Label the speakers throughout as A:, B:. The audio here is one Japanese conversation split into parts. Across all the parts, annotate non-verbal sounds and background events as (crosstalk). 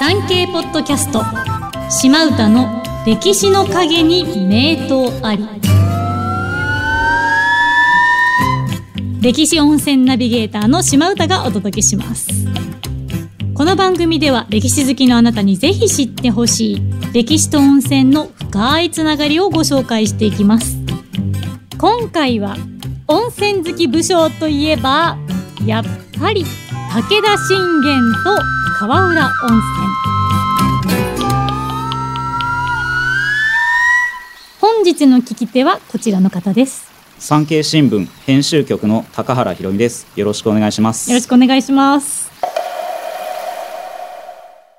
A: 産経ポッドキャスト島唄の歴史の陰に名刀あり歴史温泉ナビゲーターの島唄がお届けしますこの番組では歴史好きのあなたにぜひ知ってほしい歴史と温泉の深いつながりをご紹介していきます今回は温泉好き武将といえばやっぱり武田信玄と川浦温泉本日の聞き手はこちらの方です
B: 産経新聞編集局の高原ひろみですよろしくお願いします
A: よろしくお願いします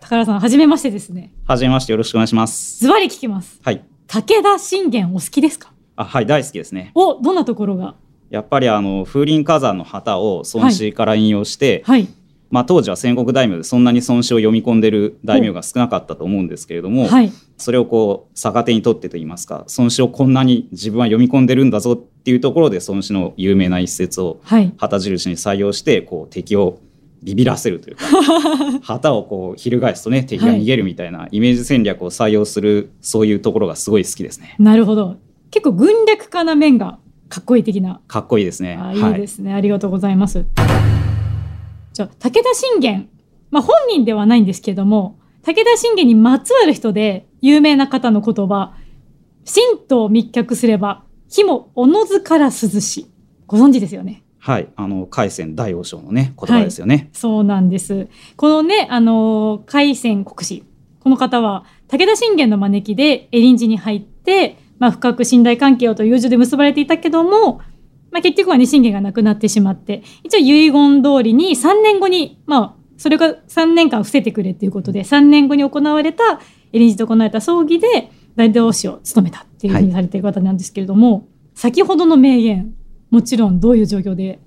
A: 高原さん初めましてですね
B: はじめましてよろしくお願いします
A: ズバリ聞きます
B: はい
A: 武田信玄お好きですか
B: あはい大好きですね
A: おどんなところが
B: やっぱりあの風林火山の旗を孫子から引用して、
A: はい
B: まあ当時は戦国大名でそんなに孫子を読み込んでる大名が少なかったと思うんですけれども、
A: はい
B: それをこう逆手に取ってと言いますか孫子をこんなに自分は読み込んでるんだぞっていうところで孫子の有名な一節を
A: はい
B: 旗印に採用してこう敵をビビらせるというか旗をこう翻すとね敵が逃げるみたいなイメージ戦略を採用するそういうところがすごい好きですね。
A: なるほど結構軍略家な面がかっこいい的な
B: かっこいいですね。
A: あ
B: はい
A: いですね、ありがとうございます。じゃあ武田信玄、まあ、本人ではないんですけども武田信玄にまつわる人で有名な方の言葉「神道密脚すれば火もおのずから涼し」ご存知ですよね。
B: はい、あの海鮮大王将のね言葉ですよね。
A: そうなんです。このね、あのー海鮮国士。この方は、武田信玄の招きでエリンジに入って、まあ、深く信頼関係をと友情で結ばれていたけども、まあ、結局はね、信玄が亡くなってしまって、一応遺言通りに3年後に、まあ、それが3年間伏せてくれということで、3年後に行われた、エリンジで行われた葬儀で、大同士を務めたっていうふうにされている方なんですけれども、先ほどの名言、もちろんどういう状況で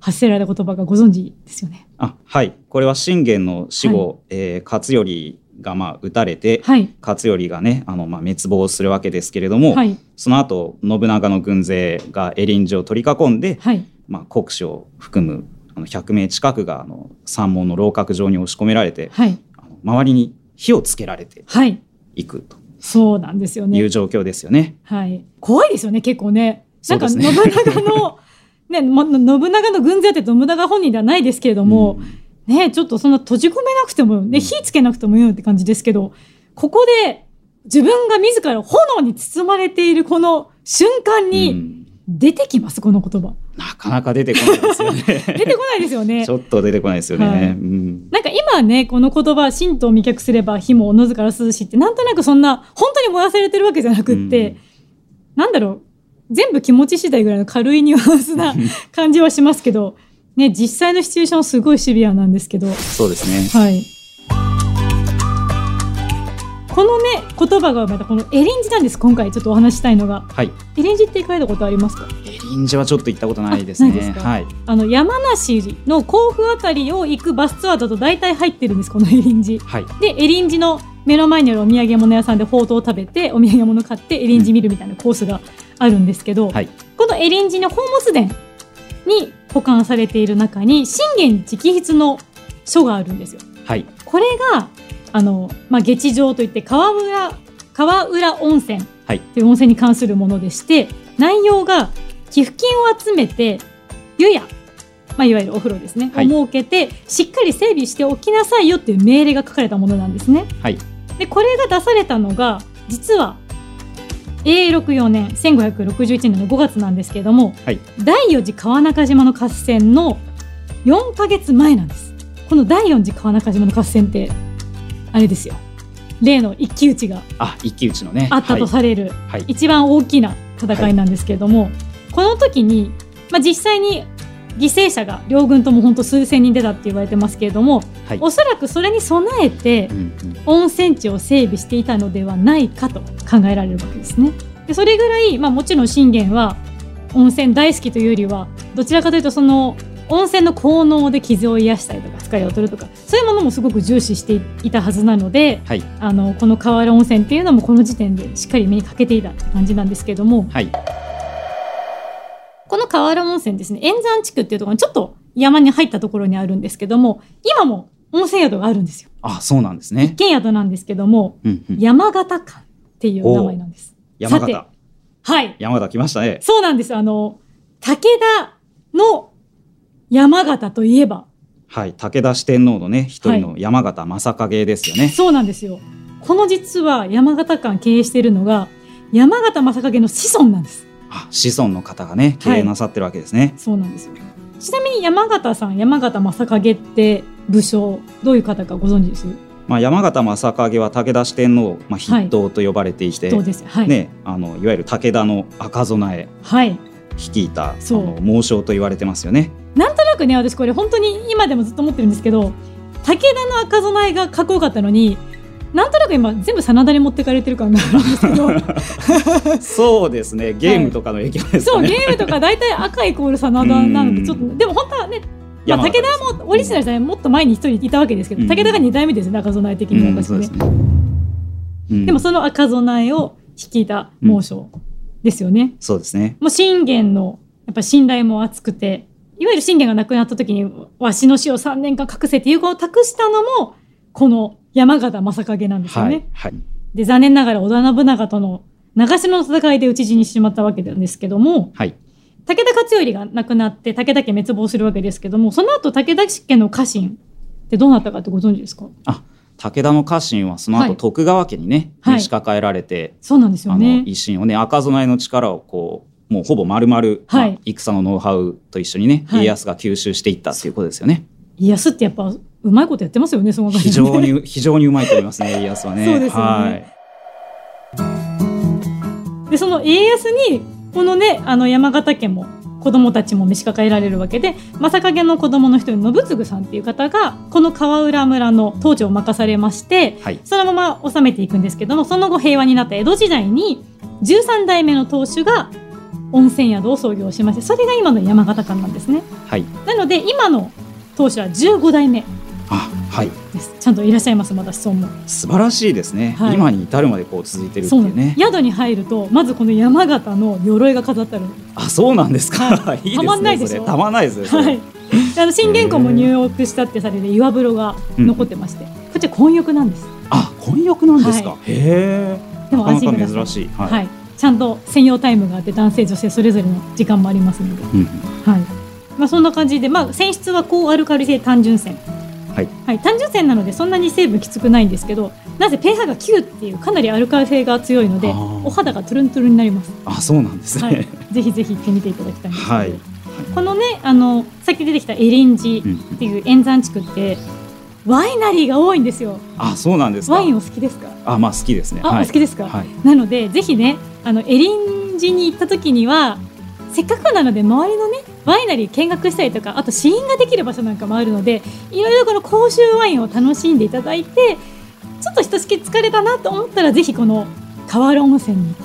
A: 発せられた言葉かご存知ですよね。
B: あはいこれは信玄の死後、えー勝頼がまあ討たれて、
A: はい。
B: 勝頼がねあのまあ滅亡するわけですけれども、
A: はい。
B: その後信長の軍勢がエリンジを取り囲んで、
A: はい。
B: まあ、国司を含むあの100名近くがあの山門の楼閣上に押し込められて
A: はい。
B: あの周りに火をつけられて
A: はい。
B: いくと
A: そうなんですよ
B: い
A: ね
B: う。状況ですよね。
A: はい。怖いですよね、結構ね。なんか、
B: そう
A: 信
B: ですね
A: 長の、 (laughs) ね、も信長の軍勢って信長本人ではないですけれども、
B: うん
A: ね、ちょっとそんな閉じ込めなくても、ね、
B: うん
A: 火つけなくてもいいのって感じですけど、ここで自分が自ら炎に包まれているこの瞬間
B: う
A: に
B: ん
A: 出てきます、この
B: (laughs)
A: 言葉。
B: なかなか出てこないですよ
A: (laughs) 出
B: ね。
A: てこないですよね
B: ち。ょっと出てこないですよね。
A: はい
B: うん
A: なんか今ね、この言葉、神道を未却すれば火もおのずから涼しいって、なんとなくそんな、本当に燃やされてるわけじゃなくって、なんだろう、全部気持ち次第ぐらいの軽いニュアンス
B: う
A: なん感じはしますけ (laughs) ど、ね、実際のシチュエーションすごいシビアなんですけど、は
B: そうですね。
A: い。このね、言葉が生まれたこのエリンジなんです、今回ちょっとお話ししたいのが。
B: はい、
A: エリンジって行かれたことありますか
B: エリンジはちょっと行ったことないです
A: あないです
B: ね。
A: か
B: はい、
A: あの、山梨の甲府あたりを行くバスツアーだと大体入ってるんです、このエリンジ。
B: はい、
A: でエリンジの目の前にあるお土産物屋さんでほうとう食べてお土産物買ってエリンジ見るみたいなコースがあるんですけど、
B: はい
A: このエリンジの宝物殿に保管されている中に信玄直筆の書があるんですよ。
B: はい、
A: これがあの、まあ、月上といって川浦川浦温泉
B: はい
A: という温泉に関するものでして、内容が寄付金を集めて湯や、まあ、いわゆるお風呂ですね、
B: はい
A: を設けてしっかり整備しておきなさいよっていう命令が書かれたものなんですね。
B: はい、
A: でこれが出されたのが実は A64 年1561年の5月なんですけれども、
B: はい
A: 第4次川中島の合戦の4ヶ月前なんですこの第4次川中島の合戦ってあれですよ例の一騎打ちが
B: あ、一騎打ちのね。
A: あったと
B: はい、
A: される
B: はい、
A: 一番大きな戦いなんですけれども、この時に、まあ、実際に犠牲者が両軍とも本当数千人出たって言われてますけれども、
B: はい
A: おそらくそれに備えて、
B: うんうん
A: 温泉地を整備していたのではないかと考えられるわけですね。でそれぐらい、まあ、もちろん信玄は温泉大好きというよりはどちらかというとその温泉の効能で傷を癒したりとか疲れを取るとかそういうものもすごく重視していたはずなので
B: はい、
A: あのこの河原温泉っていうのもこの時点でしっかり目にかけていたって感じなんですけども
B: はい、
A: この河原温泉ですね円山地区っていうところのちょっと山に入ったところにあるんですけども今も温泉宿があるんですよ。
B: ああそうなんですね
A: 一。軒宿なんですけども、
B: うんうん
A: 山形館っていう名前なんです。
B: 山
A: さ
B: 形
A: てはい。
B: 山形来ましたね。
A: そうなんです。あの、武田の山形といえば、
B: はい武田四天王のね一人の山形正景ですよね。
A: そうなんですよ。この実は山形館経営しているのが、山形正景の子孫なんです。
B: あ子孫の方がね経営なさってるわけですね。
A: そうなんですよ。ちなみに山形さん、山形正景って武将、どういう方かご存知です
B: まあ、山形正景は武田四天王、まあ、筆頭と呼ばれていて、
A: どうですはい。
B: ね、あのいわゆる武田の赤備え
A: はい。
B: 率いたあ
A: そう
B: の猛将と言われてます
A: (laughs)
B: よね。
A: なんとなくね私これ本当に今でもずっと思ってるんですけど武田の赤備えがかっこよかったのになんとなく今全部真田に持ってかれてる感があるん
B: (laughs)
A: ですけど
B: そうですねゲームとかの影響です
A: そ
B: か
A: う
B: ね。
A: ゲームとか大体赤イコール真田なの
B: う
A: で
B: ん
A: ちょっとでも本当はね、まあ、
B: 山
A: 武
B: 形
A: 田もオリジナルじゃないもっと前に一人いたわけですけど、
B: うん
A: 武田が2代目ですね赤備え的には
B: うん
A: 私
B: そう
A: ね,、
B: です
A: で
B: ね。うん
A: もその赤備えを率いた猛将ですよね、
B: そうですね。
A: もう信玄のやっぱ信頼も厚くていわゆる信玄が亡くなった時にわしの死を3年間隠せっていう言を託したのもこの山形正景なんですよ
B: は
A: ね。
B: い、はい、
A: で残念ながら織田信長との長篠の戦いで討ち死にしてしまったわけなんですけども
B: はい、
A: 武田勝頼が亡くなって武田家滅亡するわけですけどもその後武田家の家臣ってどうなったかってご存知ですか
B: 武田の家臣はその
A: は
B: 後
A: い
B: 徳川家にね、
A: はい
B: 召し抱えられて、
A: そうなんですよ
B: あの
A: ね。
B: 維新をね赤備えの力をこうもうほぼ丸々、ま
A: は
B: あ
A: い
B: 戦のノウハウと一緒にね、
A: はい
B: 家康が吸収していったっていうことですよね。
A: 家康ってやっぱうまいことやってますよねその方ね
B: 非常に非常にうまいと思いま
A: (laughs)
B: すね家康はね。
A: そうですよね
B: はい
A: でその家康にこのねあの山形家も子供たちも召し抱えられるわけで正影の子供の一人の信次さんっていう方がこの川浦村の当長を任されまして
B: はい
A: そのまま治めていくんですけどもその後平和になった江戸時代に13代目の当主が温泉宿を創業しましてそれが今の山形館なんですね
B: はい
A: なので今の当主は15代目
B: あはい
A: ですちゃんといらっしゃいますまだ子孫も
B: 素晴らしいですね、
A: はい
B: 今に至るまでこう続いてるって
A: そ
B: いう
A: な
B: うん
A: です
B: ね
A: 宿に入るとまずこの山形の鎧が飾ってある
B: あそうなんですか (laughs) い
A: た
B: いですね
A: まんないでしょ
B: それたまんないですねそれ (laughs)
A: はい、あの新元号も入浴したってされて岩風呂が残ってまして、こっちは混浴なんです
B: あ混浴なんですか、
A: は
B: へ
A: で
B: えな
A: も
B: か
A: 安心く
B: な
A: だ
B: か
A: さい
B: 珍しい
A: はい、
B: はい、
A: ちゃんと専用タイムがあって男性女性それぞれの時間もありますので、
B: うんうん
A: はいまあ、そんな感じで、まあ、泉質は高アルカリ性単純泉
B: はい、
A: 単純泉なのでそんなに成分きつくないんですけどなぜ pH が9っていうかなりアルカリ性が強いので
B: あー
A: お肌がトゥルントゥルンになります、
B: あそうなんです
A: はい
B: (laughs) ね、
A: ぜひぜひ行ってみていただきたいんですけど、
B: はい、
A: このねあのさっき出てきたエリンジ、
B: うんう
A: っ
B: ん
A: ていう円山地区ってワイナリーが多いんですよ。
B: あそうなんですか
A: ワインお好きですか？
B: あまあ好きですね
A: あ、
B: はい
A: お好きですか？
B: はい
A: なのでぜひねあのエリンジに行った時にはせっかくなので周りのねワイナリー見学したりとかあと試飲ができる場所なんかもあるのでいろいろこの甲州ワインを楽しんでいただいてちょっとひとしきり疲れたなと思ったらぜひこの河原温泉に行って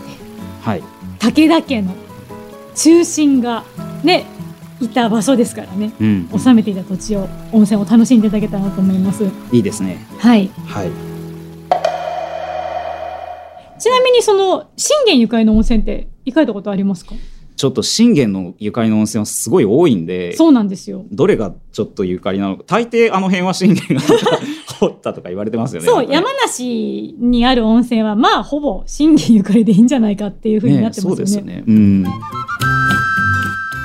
B: はい
A: 武田家の中心がねいた場所ですからね
B: うん
A: 収めていた土地を温泉を楽しんでいただけたらなと思います。
B: いいですね
A: はい、
B: はい
A: ちなみにその信玄ゆかりの温泉って行かれたことありますか
B: ちょっと信玄のゆかりの温泉はすごい多いんで
A: そうなんですよ。
B: どれがちょっとゆかりなのか大抵あの辺は信玄が (laughs) 掘ったとか言われてますよね
A: そう
B: なんか
A: 山梨にある温泉はまあほぼ信玄ゆかりでいいんじゃないかっていうふう
B: ね
A: になってますよね。
B: そうですよねうん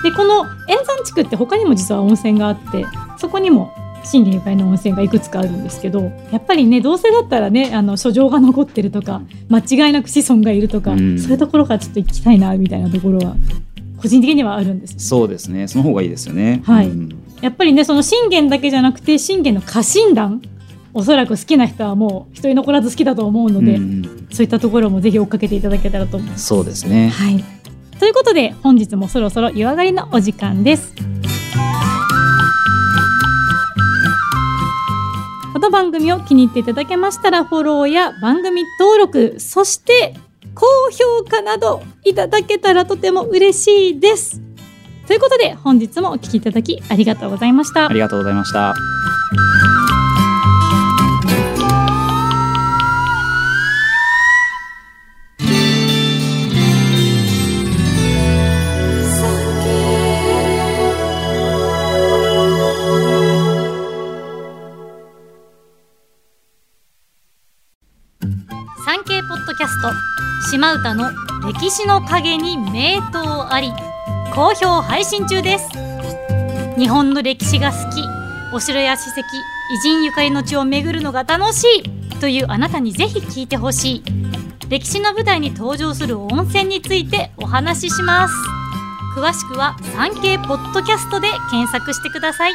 A: でこの円山地区って他にも実は温泉があってそこにも信玄ゆかりの温泉がいくつかあるんですけどやっぱりねどうせだったらねあの書状が残ってるとか間違いなく子孫がいるとか、
B: うん
A: そういうところからちょっと行きたいなみたいなところは個人的にはあるんですよね
B: そうですねその方がいいですよね
A: はい
B: うん
A: やっぱりねその信玄だけじゃなくて信玄の家臣団おそらく好きな人はもう一人残らず好きだと思うので、
B: うん
A: そういったところもぜひ追っかけていただけたらと思います。
B: そうですね
A: はい、ということで本日もそろそろ湯上がりのお時間です。この番組を気に入っていただけましたらフォローや番組登録そして高評価などいただけたらとても嬉しいです。ということで本日もお聞きいただきありがとうございました
B: あ。りがとうございました
A: スト島唄の歴史の陰に名刀あり好評配信中です日本の歴史が好きお城や史跡偉人ゆかりの地を巡るのが楽しいというあなたにぜひ聞いてほしい歴史の舞台に登場する温泉についてお話しします詳しくは産経ポッドキャストで検索してください